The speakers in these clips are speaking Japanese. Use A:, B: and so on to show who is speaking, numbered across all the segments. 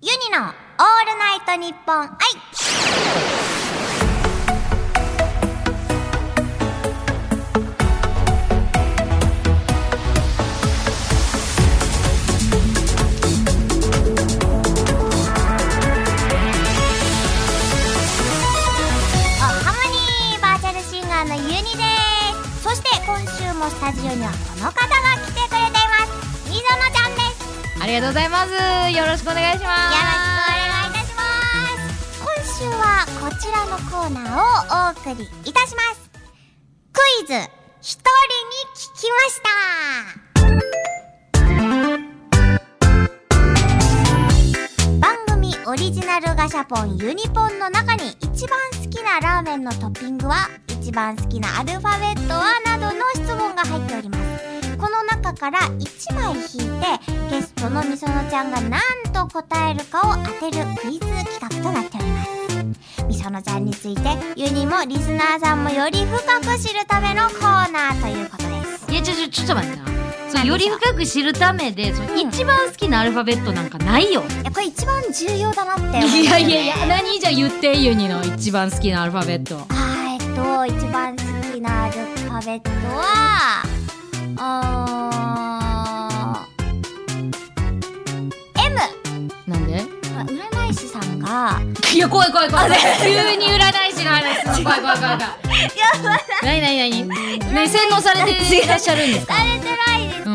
A: ユニのオールナイトニッポン愛おハモニーバーチャルシンガーのユニですそして今週もスタジオにはこの方が来てくれていますみぞのちゃんです
B: ありがとうございます。よろしくお願いしま
A: よろしくお願いい
B: す。
A: たします今週はこちらのコーナーをお送りいたしますクイズ一人に聞きました番組オリジナルガシャポンユニポンの中に一番好きなラーメンのトッピングは一番好きなアルファベットはなどの質問が入っておりますこの中から1枚引いてゲストのみそのちゃんが何と答えるかを当てるクイズ企画となっておりますみそのちゃんについてユニもリスナーさんもより深く知るためのコーナーということです
B: いや、ちょ、ちょ、ちょっと待ってな。そうより深く知るためで、その
A: うん
B: 一番好きなアルファベットなんかないよ。
A: いやこれ一番重要だなって思って
B: いやいやいや、何じゃ言ってユニの一番好きなアルファベット。
A: あーえっと一番好きなアルファベットはあー M
B: なんで
A: 占い師さんが
B: いや、怖い怖い怖い。急に占い師の話する怖い怖い怖い怖い。やばい。なになになにね、洗脳されていらっしゃるんですか
A: されてないですけど、
B: うん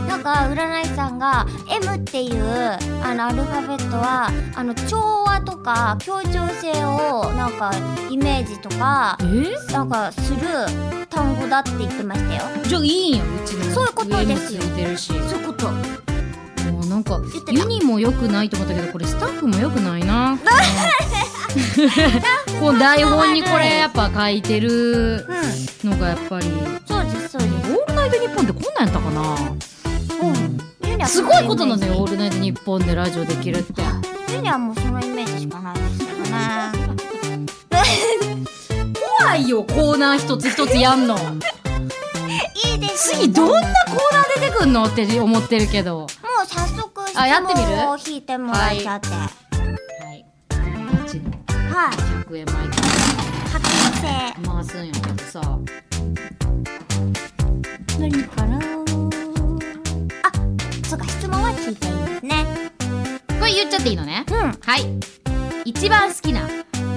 B: うん
A: なんか占い師さんが M っていうあのアルファベットはあの調和とか協調性をなんかイメージとか
B: え
A: なんかする単語だって言ってましたよ
B: じゃあいいんよ、うちの。
A: そういうことですよ
B: 上についてるし。
A: そういうこと
B: もうなんか
A: 言ってた
B: ユニも良くないと思ったけどこれスタッフも良くない なこう台本にこれやっぱ書いて
A: う
B: る
A: ん
B: のがやっぱり「
A: そうですそう
B: オ
A: です
B: ールナイトニッポン」ってこんなんやったかな
A: うんユニは
B: す
A: そ
B: ごい
A: のイメージ
B: ことなんだよ「オールナイトニッポン」でラジオできるって
A: ユニはもうそのイメージしかないですけどね
B: 怖いよコーナー一つ一つやんの
A: いいですね
B: 次どんなコーナー出てくんのって思ってるけど
A: もう早速質
B: あやってみる
A: 問を引いてもらっちゃっては
B: はいこっちの
A: い
B: 100円マイク
A: 確定
B: 回すんやけどさ
A: 何かなあそうか質問は聞いていいですね
B: これ言っちゃっていいのね
A: うん
B: はい。一番好きな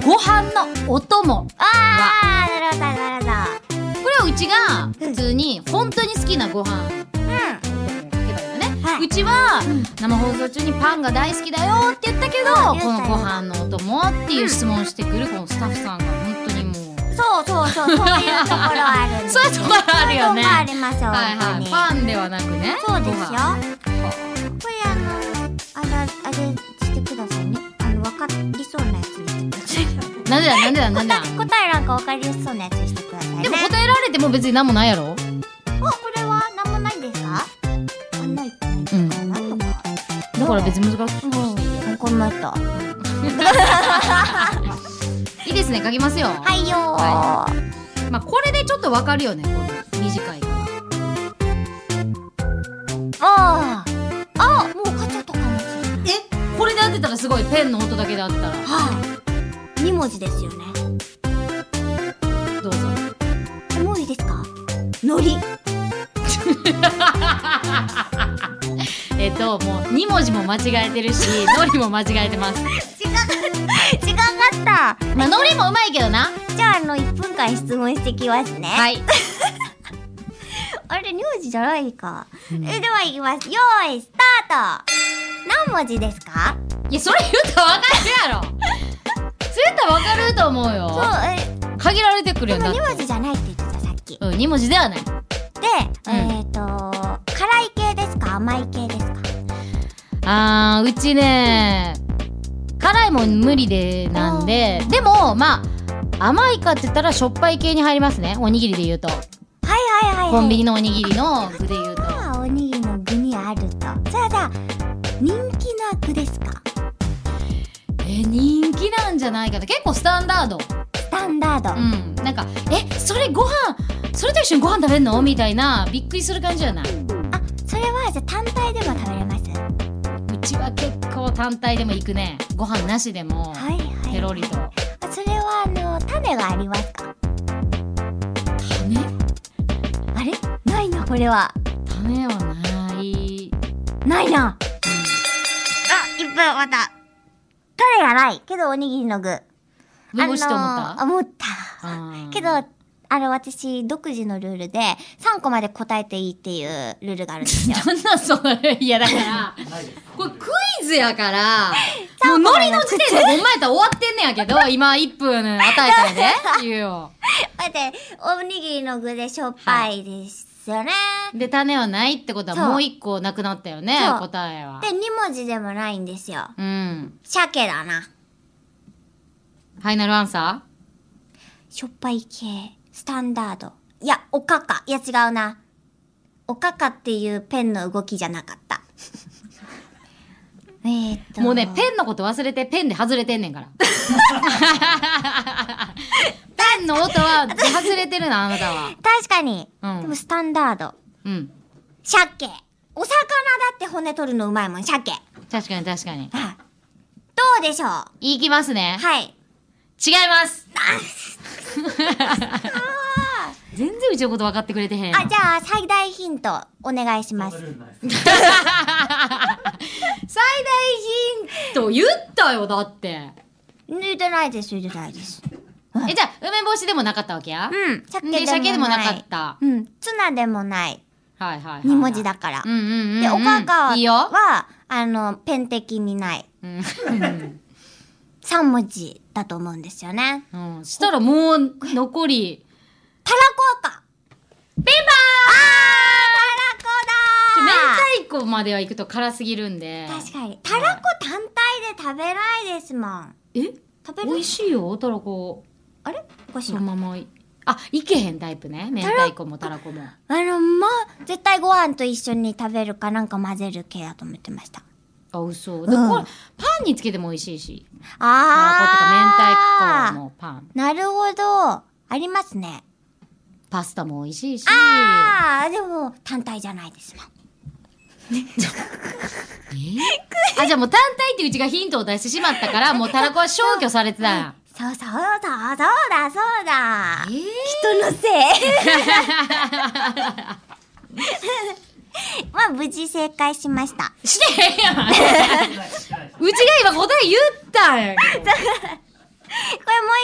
B: ご飯のお供。
A: あーなるほどなるほど
B: これをうちが普通に本当に好きなご飯
A: う
B: のお供って言えばいいのね。
A: はいう
B: ちは
A: ん
B: 生放送中にパンが大好きだよって言ったけど、
A: あ言う
B: こ
A: たよ
B: のご飯のお供っていう質問をしてくるこのスタッフさんが本当にもう。
A: そうそうそうそういうところあるんです
B: そういうところあるよね
A: そういうところありますよ
B: はい
A: 本当
B: は
A: に
B: い。パンではなくね。
A: そうです
B: ご
A: よ
B: 飯
A: これあのあれあれしてくださいねあのわかりそうなやつにしてください
B: なんでだなんでだなんでだ。
A: 答え答えなんかわかりやすそうなやつにしてくださいね
B: でも答えられても別に何もないやろ
A: あこれはなんもないですかあないないか
B: うん
A: なのか
B: だから別に難しくしていいよ
A: うんこんないとはい
B: いですね、書きますよ。
A: いよー、
B: はまあ、これでちょっとわかるよね、この短いから。
A: あああもう買っちゃったかもしれない
B: えこれで当てたらすごいペンの音だけで当てた ら
A: はい二文字ですよね
B: どうぞ
A: もういいですかのり
B: えっともう2文字も間違えてるし のりも間違えてます
A: 違か った違かった
B: まあのりもうまいけどな
A: じゃああの1分間質問してきますね
B: はいい
A: あれ名字じゃないか、
B: うん
A: えではいきますよーいスタート何文字ですか
B: いやそれ言ったらわかるやろそれ言ったらわかると思う
A: そう
B: よ
A: え
B: 限られてくる
A: で
B: よ
A: も
B: だって
A: 2文字じゃないって言ってたさっきで、
B: うん、2文字ではないうん
A: えっ、と辛い系ですか甘い系ですか
B: あーうちね辛いもん無理でなんででもまあ甘いかって言ったらしょっぱい系に入りますねおにぎりで言うと
A: はいはいはい、はい、
B: コンビニのおにぎりの具で言うと
A: まあおにぎりの具にあるとじゃあじゃあ人気な具ですか
B: えー人気なんじゃないかな結構スタンダード
A: スタンダード、
B: うんなんかえそれご飯それと一緒にご飯食べんのみたいなびっくりする感じじゃないう
A: あそれはじゃあ単体でも食べれます
B: ちは結構単体でも行くねご飯なしでも
A: はいはい
B: ペロリと
A: あそれはあの種がありますかあ
B: 種
A: れないなこれは
B: 種はない
A: ないなあ一分また種がないけどおにぎりの具
B: 梅干しって思っ
A: あのー
B: た
A: 思った
B: あー
A: けどあの私独自のルールで3個まで答えていいっていうルールがあるんですよ
B: なんだそれいやだからこれクイズや から もう
A: そう
B: ノリの時点でお前ら終わってんねやけど今1分与えたんやで言うよ
A: だっておにぎりの具でしょっぱいですよね、
B: で種はないってことは
A: そう
B: もう1個なくなったよね
A: そう
B: 答えは
A: で2文字でもないんですよ
B: うん
A: 鮭だな
B: ファイナルアンサ
A: しょっぱい系、スタンダード。いや、おかか。いや、違うな。おかかっていうペンの動きじゃなかっ た。えーっ
B: ー
A: と。
B: もうねペンのこと忘れてペンで外れてんね んからペンの音は外れてるなあなたは
A: 確かに。
B: うん
A: でも、スタンダード。
B: うん
A: 鮭。お魚だって骨取るのうまいもん、鮭。はい
B: 確かに確かに
A: どうでしょうはい
B: きますね
A: い。
B: 違います全然うちのこと分かってくれてへんやん
A: あ、じゃあ、最大ヒント、お願いします。
B: 最大ヒント言ったよだって
A: 抜いてないです、抜いてないです。
B: えじゃあ梅干しでもなかったわけや、
A: うん。鮭
B: で鮭でもなかっ
A: い
B: た
A: うん。ツナでもない。
B: はいはいはいはい
A: 2文字だから
B: う。んうんうんうん
A: で、おかかはい
B: いよ、
A: あの、ペン的にない。
B: うん
A: 3文字だと思うんですよね。
B: うん、したらもう残り
A: たらこか
B: ペーパー
A: た
B: ちょ
A: らこ
B: 明太子までは行くと辛すぎるんで
A: だ確かに。たらこ単体で食べないですもん。
B: え
A: 食べ
B: 美
A: る
B: 味しいよたらこ
A: あれおかしい
B: その
A: な。
B: ままいあいけへんタイプね明太子もたらこも
A: あの、まあ、絶対ご飯と一緒に食べるかなんか混ぜる系だと思ってました。
B: あ嘘、
A: う
B: う
A: ん
B: これパンにつけても美味しいしたたら
A: あー。
B: ことか明太子もパン
A: なるほど。ありますね。
B: パスタも美味しいし
A: ああ、でも、単体じゃないですもん。
B: えーあじゃあもう単体ってうちがヒントを出してしまったからもうたらこは消去されてたやん
A: そうそうそう、そうだ、そうだ。
B: え
A: 人のせい まあ無事正解しました
B: ー、してへんやんうちが今答え言ったんやけど
A: これもう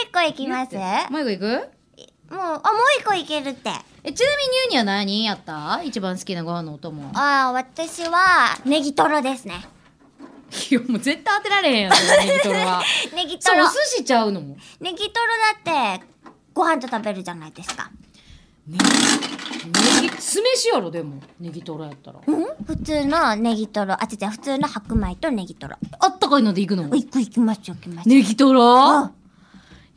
A: 一個いきますもう
B: もう一個いく
A: あもう一個いけるって
B: えちなみにニューニは何やった一番好きなご飯のお供
A: ああ私はネギトロですね
B: いやもう絶対当てられへんやんそのネギトロ は
A: ネギト
B: そうお
A: ロ
B: 寿司ちゃうのも
A: ネギトロだってご飯と食べるじゃないですか
B: ネギ酢飯やろでもネギトロやったら
A: うん普通のネギトロあ違う違う普通の白米とネギトロ
B: あったかいので行くの
A: 一個いきますよいきますよ、
B: ネギト
A: あ
B: ロ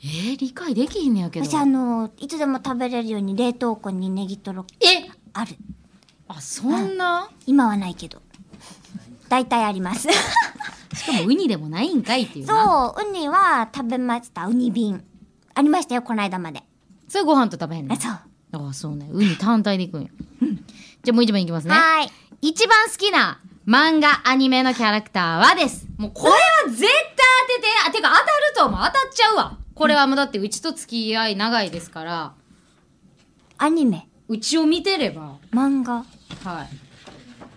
B: えー、理解できひんねやけど
A: 私あのいつでも食べれるように冷凍庫にネギトロ
B: え
A: ある
B: あそんな
A: 今はないけど大体あります
B: しかもウニでもないんかいっていうな
A: そうウニは食べましたウニ瓶ありましたよこの間まで
B: それご飯と食べへんの
A: あそうは
B: ああそうねウニ単体でいくんやじゃあもう一番いきますね
A: ーい
B: 一番好きな漫画アニメのキャラクターはですもうこれは絶対当ててあてか当たると思う当たっちゃうわこれはもうだってうちと付き合い長いですから
A: アニメ
B: うちを見てれば
A: 漫画
B: はい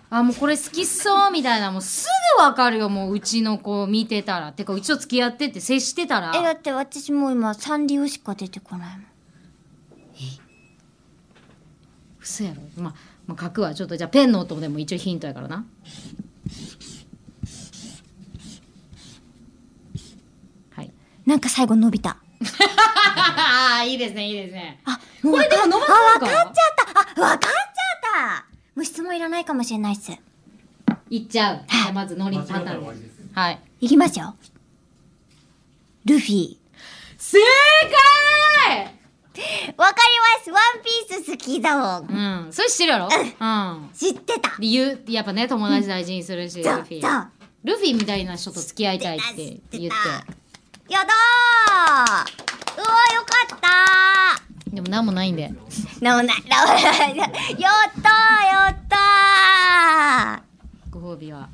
B: あもうこれ好きそうみたいなもうすぐわかるよもううちの子見てたらてかうちと付き合ってて接してたら
A: えだって私もう今サンリオしか出てこないもん
B: 嘘やろ、まあ、まあ書くわちょっとじゃあペンの音でも一応ヒントやからなはい
A: なんか最後伸びた
B: ああいいですねいいですね
A: あ
B: これでも伸ばせ
A: あ分
B: るか
A: かっちゃったあ分かっちゃったもう質問いらないかもしれないっす
B: いっちゃうじゃあまずノリパターンではい
A: いきますよルフィ
B: 正解
A: わかりますワンピース好きだもん
B: うんそれ知ってるやろうん
A: 知ってた
B: 理由やっぱね友達大事にするし、
A: そ
B: ル
A: う
B: フ
A: そう
B: ィルフィみたいな人と付き合いたいって言って
A: 知ってたやだーうわよかった
B: でも何もないんで
A: ーなおななおなやったーやった
B: ご褒美は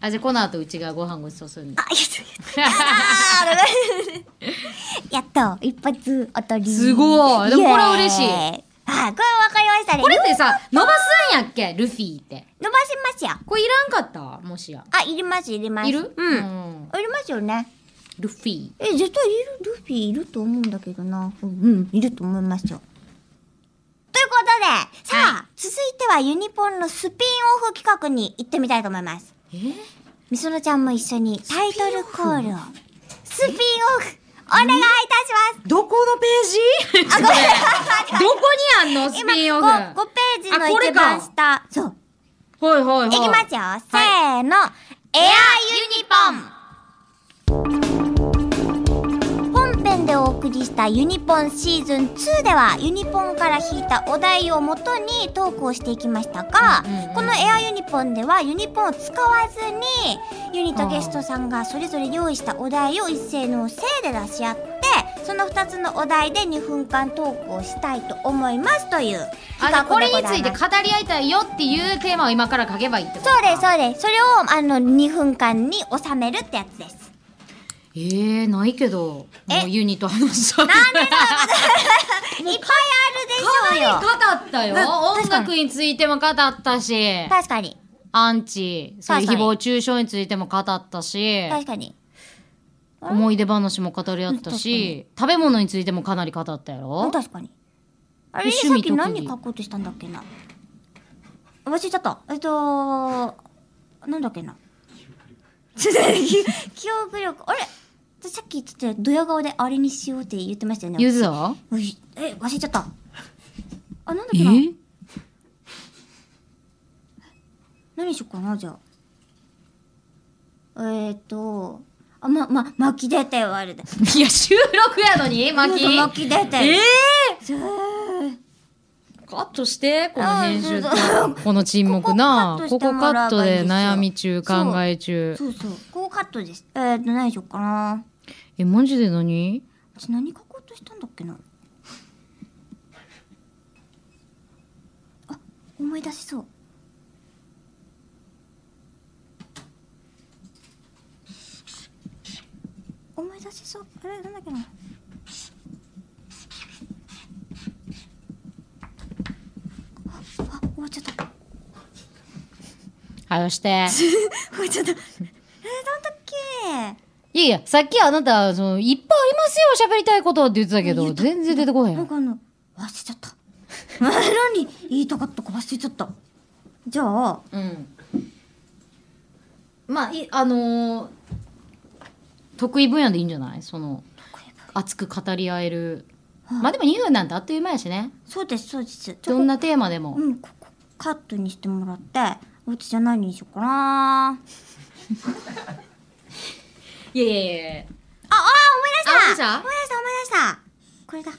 B: あ、じゃあこの後うちがご飯ごちそうするんで。
A: あ、言った言った。やっと、一発当たり。
B: すごいでもこれは嬉しい
A: イエーイはい、これは分かりましたね。
B: これってさ、伸ばすんやっけルフィって。
A: 伸ばしますよ。
B: これいらんかったもしや。
A: あ、いります、いります。
B: いる
A: うん。い
B: ん。
A: りますよね。
B: ルフィ。
A: え、絶対いる、ルフィいると思うんだけどな。うん、うん、いると思いますよ。ということで、さあ、
B: は
A: 続いてはユニポンのスピンオフ企画に行ってみたいと思います。
B: えー
A: みそのちゃんも一緒にタイトルコールを。スピンオフ、お願いいたします。
B: どこのペー ジこれどこにあんのス
A: 今
B: ピンオフ。
A: 5、5ページの
B: あこれ
A: 一
B: か
A: 番下。そう。
B: はいはいはい。
A: いきますよ。せーの。エアユニポン本編でお送りしたユニポンシーズン2ではユニポンから引いたお題をもとにトークをしていきましたが、
B: うんうんうん
A: このエアユニポンではユニポンを使わずにユニとゲストさんがそれぞれ用意したお題を一斉のせいで出し合ってその2つのお題で2分間トークをしたいと思いますという
B: あ、
A: 企
B: じゃ
A: 画
B: あこれ
A: でご
B: につ
A: ざい
B: いて
A: ま
B: 語
A: す。
B: り合いたいよっていうテーマを今から書けばいいってこと
A: そうですそうですそれをあの2分間に収めるってやつです
B: えー、ないけど、
A: え
B: もうユニと話した。なんで
A: いっぱいあるでしょうよ
B: 語ったよ。
A: な
B: 音
A: 確かに
B: 楽についても語ったし、
A: 確かに
B: アンチ、そうい
A: 確
B: う誹
A: かに
B: 謗中傷についても語ったし、
A: 確かにあれ
B: 思い出話も語り合った
A: うん
B: し、食べ物についてもかなり語ったや
A: うん
B: ろ
A: 確かにあれ
B: 趣
A: さっ
B: 味
A: き
B: 特
A: 何
B: 技
A: 書こうとしたんだっけな忘れちゃったえっとなんだっけな 記憶力あれ私さっき言っててドヤ顔であれにしようって言ってましたよね
B: ゆずは
A: ういえ忘れちゃったあなんだっ
B: え
A: けな何しよっかなじゃあえー、っとあまま巻き出てよあれで
B: いや、収録やのに巻き。
A: 巻き出て
B: え
A: よずー
B: ー、カットして、この編集と
A: あそう
B: この沈黙な。
A: こ
B: こ
A: こ
B: こ
A: カッ
B: カッ
A: トし
B: ト
A: て
B: で
A: もらえば
B: 悩
A: いいん
B: み
A: ですよ
B: 中、考え中。
A: そうそうこうカットですえー、っと何しよっかな
B: え、マジで何
A: 私何書こうとしたんだっけなあ思い出しそう思い出しそうあれなんだっけなああ終わっちゃった
B: はよして。
A: 終わっちゃったえー、 なんだっけ
B: いやいや、さっきあなた、その、いっぱいありますよ、喋りたいことって言ってたけ
A: 言
B: ど、
A: った
B: 全然出てこへ
A: なん
B: ん。
A: かあの忘れちゃった何言いたかったか忘れちゃったじゃあ
B: うん。まあ、い、あのー得意分野でいいんじゃないその、
A: これ
B: 熱く語り合える。
A: はい
B: まあでも2分なんてあっという間やしね。
A: そうですそうですちょ
B: どんなテーマでも
A: う。んここカットにしてもらって私じゃあ何にしようかなあ
B: いやいやいや
A: ああ思い出した
B: あ
A: 思い出した思い出したこれだ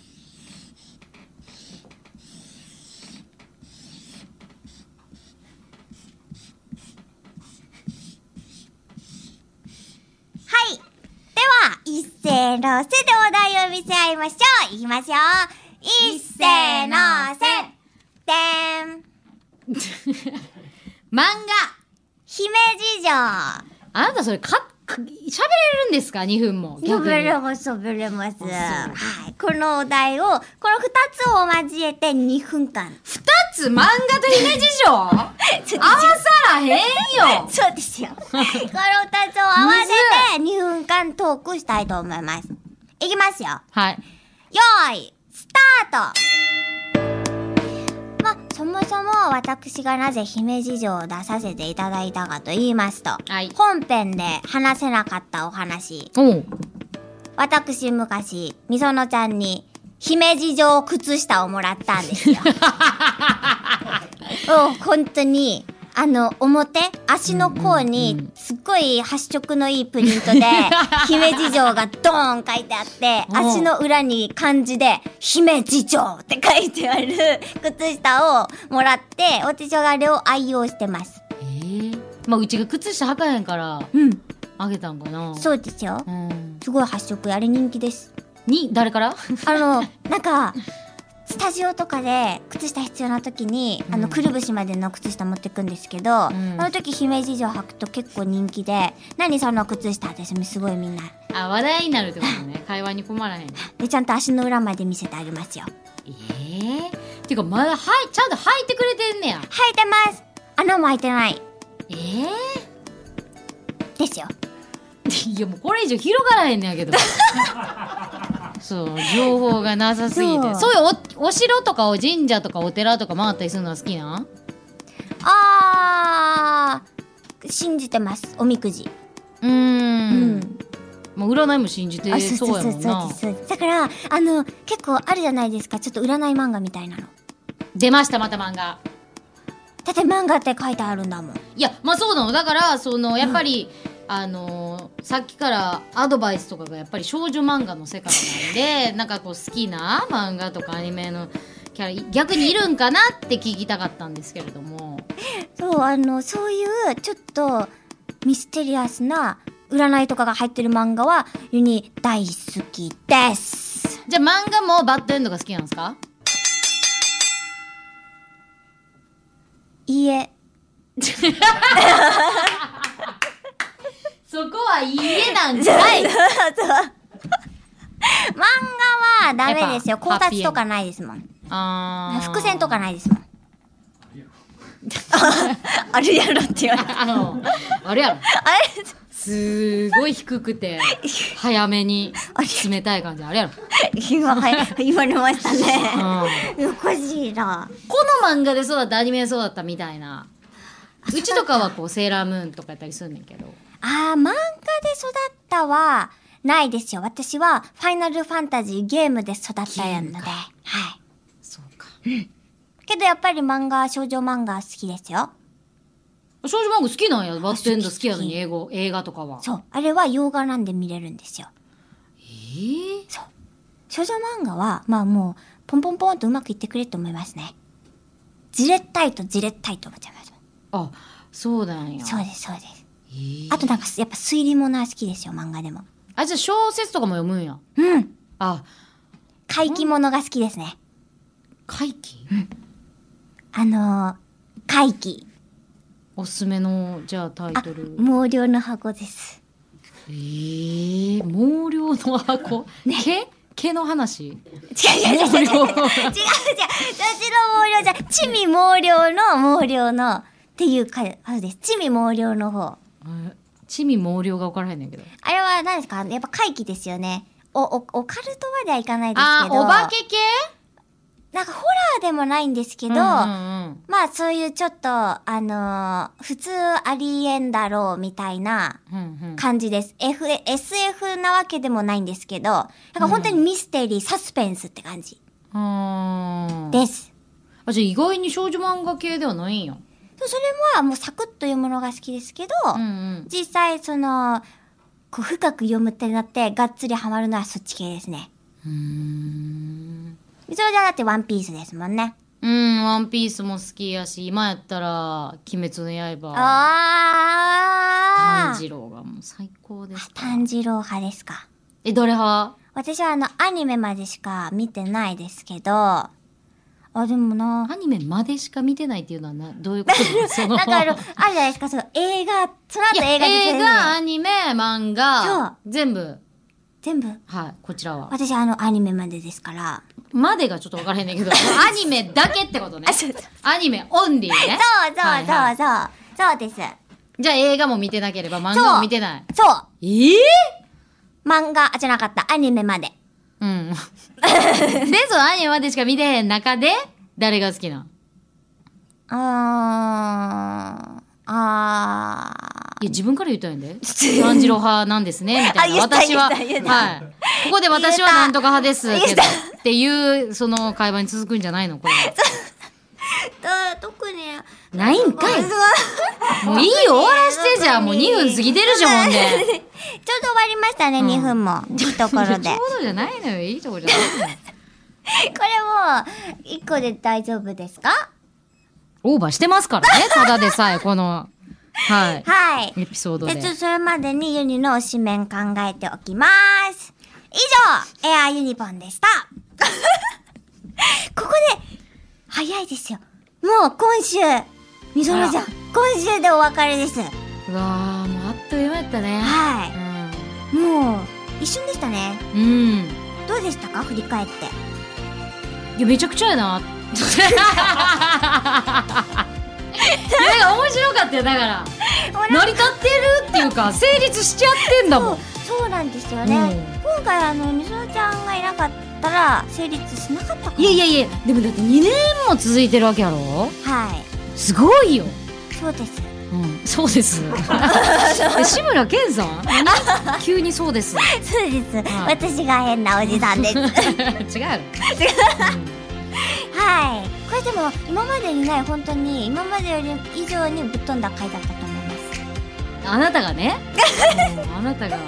A: はいでは一斉のせでお題を見せ合いましょういきますよ一斉のせでーん
B: 漫画
A: 姫路城
B: あなたそれか、か喋れるんですか ?2 分も。
A: 食
B: 逆
A: べ
B: に。
A: れます食べれます
B: そう
A: はいこのお題をこの2つを交えて2分間
B: 二つ漫画と姫路城合わ
A: ちょ
B: さらへんよ
A: そう ですよ。この二つを合わせて2分間トークしたいと思います。いきますよ。よ
B: はい。
A: ーい、スタートまあ、そもそも私がなぜ姫路城を出させていただいたかと言いますと、
B: はい
A: 本編で話せなかったお話、
B: おう。
A: 私昔、みそのちゃんに姫路城靴下をもらったんですよ。 うん本当に、あの、表、足の甲
B: うんうん
A: に、すっごい発色のいいプリント で、姫路城がドーン書いてあって、
B: おう
A: 足の裏に漢字で、姫路城って書いてある靴下をもらって、私はあれを愛用してます。
B: えー、まあうちが靴下履かへんから
A: うん。
B: あげたんかなう、
A: そうですよ。
B: ん、
A: すごい発色、あれ人気です。
B: に誰から
A: あの、なんか、スタジオとかで靴下必要な時に、あ
B: う
A: の
B: ん
A: くるぶしまでの靴下持ってくんですけど、
B: ん
A: あの時姫路城履くと結構人気で「何その靴下」ってすごいみんな
B: あ話題になるってこと ね会話に困らへんえ
A: でちゃんと足の裏まで見せてあげますよ
B: えー、ていうかまだはいちゃんと履いてくれてんねや
A: 履いてます穴も開いてない
B: ええ
A: ですよ
B: ー、 いやもうこれ以上広がらへんねやけ どそう情報がなさすぎて
A: そう
B: そういうおお城とかお神社とかお寺とか回ったりするのは好きなん
A: あー信じてますおみくじ
B: うー、
A: うん
B: もう占いも信じて
A: あ
B: そうやもんな
A: そうですだからあの結構あるじゃないですかちょっと占い漫画みたいなのだ
B: 出ましたまた漫画
A: って漫画って書いてあるんだもん
B: いやまあそうなのだからそのやっぱり、あのーさっきからアドバイスとかがやっぱり少女漫画の世界 なんでなんかこう好きな漫画とかアニメのキャラ逆にいるんかなって聞きたかったんですけれども
A: そうあのそういうちょっとミステリアスな占いとかが入ってる漫画はユニ大好きです
B: じゃあ漫画もバッドエンドが好きなんですか
A: いいえ
B: そこは家なんじ ゃない
A: 漫画はダメです
B: や
A: よ
B: っ
A: 考
B: ぱ
A: 察とかないですもん
B: あー
A: 伏線とかないですもん あれやろって言われた
B: あの あれやろ
A: あれ
B: すごい低くて早めに冷たい感じあれやろ、
A: 今はい言われました
B: う
A: ね。
B: ん
A: おかしいな。
B: この漫画でそうだったアニメでそうだったみたいなうちとかはこうセーラームーンとかやったりするんねんけど
A: あー、漫画で育ったは、ないですよ。私は、ファイナルファンタジーゲームで育ったやんの
B: ゲーム
A: で。
B: か
A: はい。
B: そうか
A: けどやっぱり漫画、少女漫画好きですよ。
B: 少女漫画好きなんやバッドエンド好きやのに英語映画とかは
A: そう。あれは洋画なんで見れるんですよ。
B: えー、
A: 少女漫画は、まあもう、ポンポンポンとうまくいってくれと思いますね。じれったいとじれったいと思っちゃいます。
B: あそうなんや
A: そうです、そうです。
B: えー
A: あとなんか、やっぱ推理物は好きですよ、漫画でも。
B: あじゃあ小説とかも読むんや
A: うん。
B: あ
A: 怪奇物が好きですね。
B: 怪奇
A: あのー、怪奇。
B: おすすめのじゃあタイ
A: あ
B: トル、
A: 毛量の箱です。
B: えー、毛量の 箱、毛毛の話
A: 違う違う違う違う違う違う違う。私の毛量じゃ、地味毛量の毛量の、っていうか、あれです。地味毛量の方。
B: え地味毛量が分からへんねんけど
A: あれは何ですかやっぱ怪奇ですよね。お、お、オカルトまではいかないです
B: あ
A: け
B: ー
A: ど。
B: お化け系
A: なんかホラーでもないんですけど、
B: うんうんうん
A: まあそういうちょっと、あのー普通ありえんだろうみたいな
B: うんうん
A: 感じです。F、SF なわけでもないんですけど、なんか本当にミステリー、サスペンスって感じ
B: あー
A: です。
B: あじゃあ意外に少女漫画系ではないんや
A: それはもうサクッと読むのが好きですけど、
B: うんうん
A: 実際その、こう深く読むってなって、がっつりハマるのはそっち系ですね。
B: うーん
A: それじゃだってワンピースですもんね。
B: うんワンピースも好きやし今やったら「鬼滅の刃」
A: ああ
B: 炭治郎がもう最高です
A: 炭治郎派ですか。
B: えどれ派
A: 私はあの、アニメまでしか見てないですけど、あ、でもな、
B: アニメまでしか見てないっていうのはなどうい うことなのその
A: なんかあの、あるじゃないですか、その映画、その
B: い
A: 後
B: や
A: 映画で
B: 映画アニメ漫
A: そう
B: 画全部
A: 全部。
B: はいこちらは
A: 私あの、アニメまでですから。
B: までがちょっと分からへんねん けどアニメだけってことね
A: あそうそう
B: アニメオンリーね
A: そうそう
B: はいはい
A: そうそう。そうです。
B: じゃあ映画も見てなければ漫画も見てない
A: そう。
B: ええ
A: 漫画、あ、じゃなかった、アニメまで。
B: うん。で、そのアニメまでしか見てへん中で、誰が好きなん
A: あー、あ
B: いや、自分から言ったん やで。炭治郎派なんですね、みたいな。
A: あ言った
B: 私は、
A: 言った言った
B: はい。ここで私
A: 言
B: は
A: った
B: なんとか派ですけ
A: 言っ
B: ど
A: た、
B: っていう、その会話に続くんじゃないのこれ は。
A: ー。と特に、
B: ないんか い
A: そう
B: もういいよ、終わらしてじゃあ、もう2分過ぎてるじゃん、ほんで。
A: ちょうど終わりましたね、
B: ん
A: 2分も。いいところ
B: ち
A: で
B: ょ。うどじゃないのよ、いいとこじゃないのよ。
A: これも、1個で大丈夫ですか
B: オーバーしてますからね、ただでさえ、この、はい。
A: はい。
B: エピソード
A: で、
B: で
A: ち。ょそれまでにユニの推しメン考えてお きます。以上、エアユニポンでした。こここで、早いですよ。もう今週、みぞらちゃん、今週でお別れです。
B: うわーもうあっという間やったね
A: は
B: う
A: い。もう、一瞬でしたね。
B: ん、うん、
A: どうでしたか振り返って。
B: いやめちゃくちゃやないやなんか面白かったよだから成り立ってるっていうか成立しちゃってんだもん
A: そうそうなんですよ
B: う
A: ね、
B: ん
A: 今回あのみそらちゃんがいなかったら成立しなかったかも
B: いやいやいやでもだって2年も続いてるわけやろ
A: はい
B: すごいよ、
A: そう です
B: うん、そうです え志村けんさん何急にそうです
A: そうです、
B: はい
A: 私が変なおじさん ですはい
B: 違うよ
A: これでも今までにない本当に今までより以上にぶっ飛んだ回だったと思います
B: うんあなた がねうんあなたがう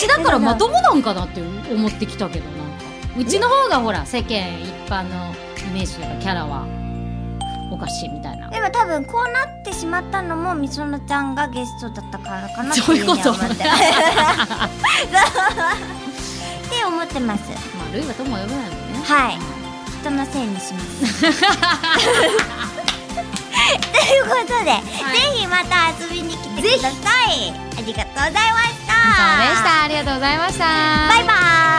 B: ちだからまともなんかなって思ってきたけどなんかうちの方がほら世間一般のイメージというかキャラはおかしいみたいな
A: でも多分こうなってしまったのもみそのちゃんがゲストだったからかなって
B: そういうこと
A: ふには 思ってって思ってます
B: まあ、ルイはとも呼ぶないもんね。
A: はい人のせいにします。 ということで、ぜひまた遊びに来てください。ありがとうございました。
B: そうでした。ありがとうございました。
A: バイバーイ。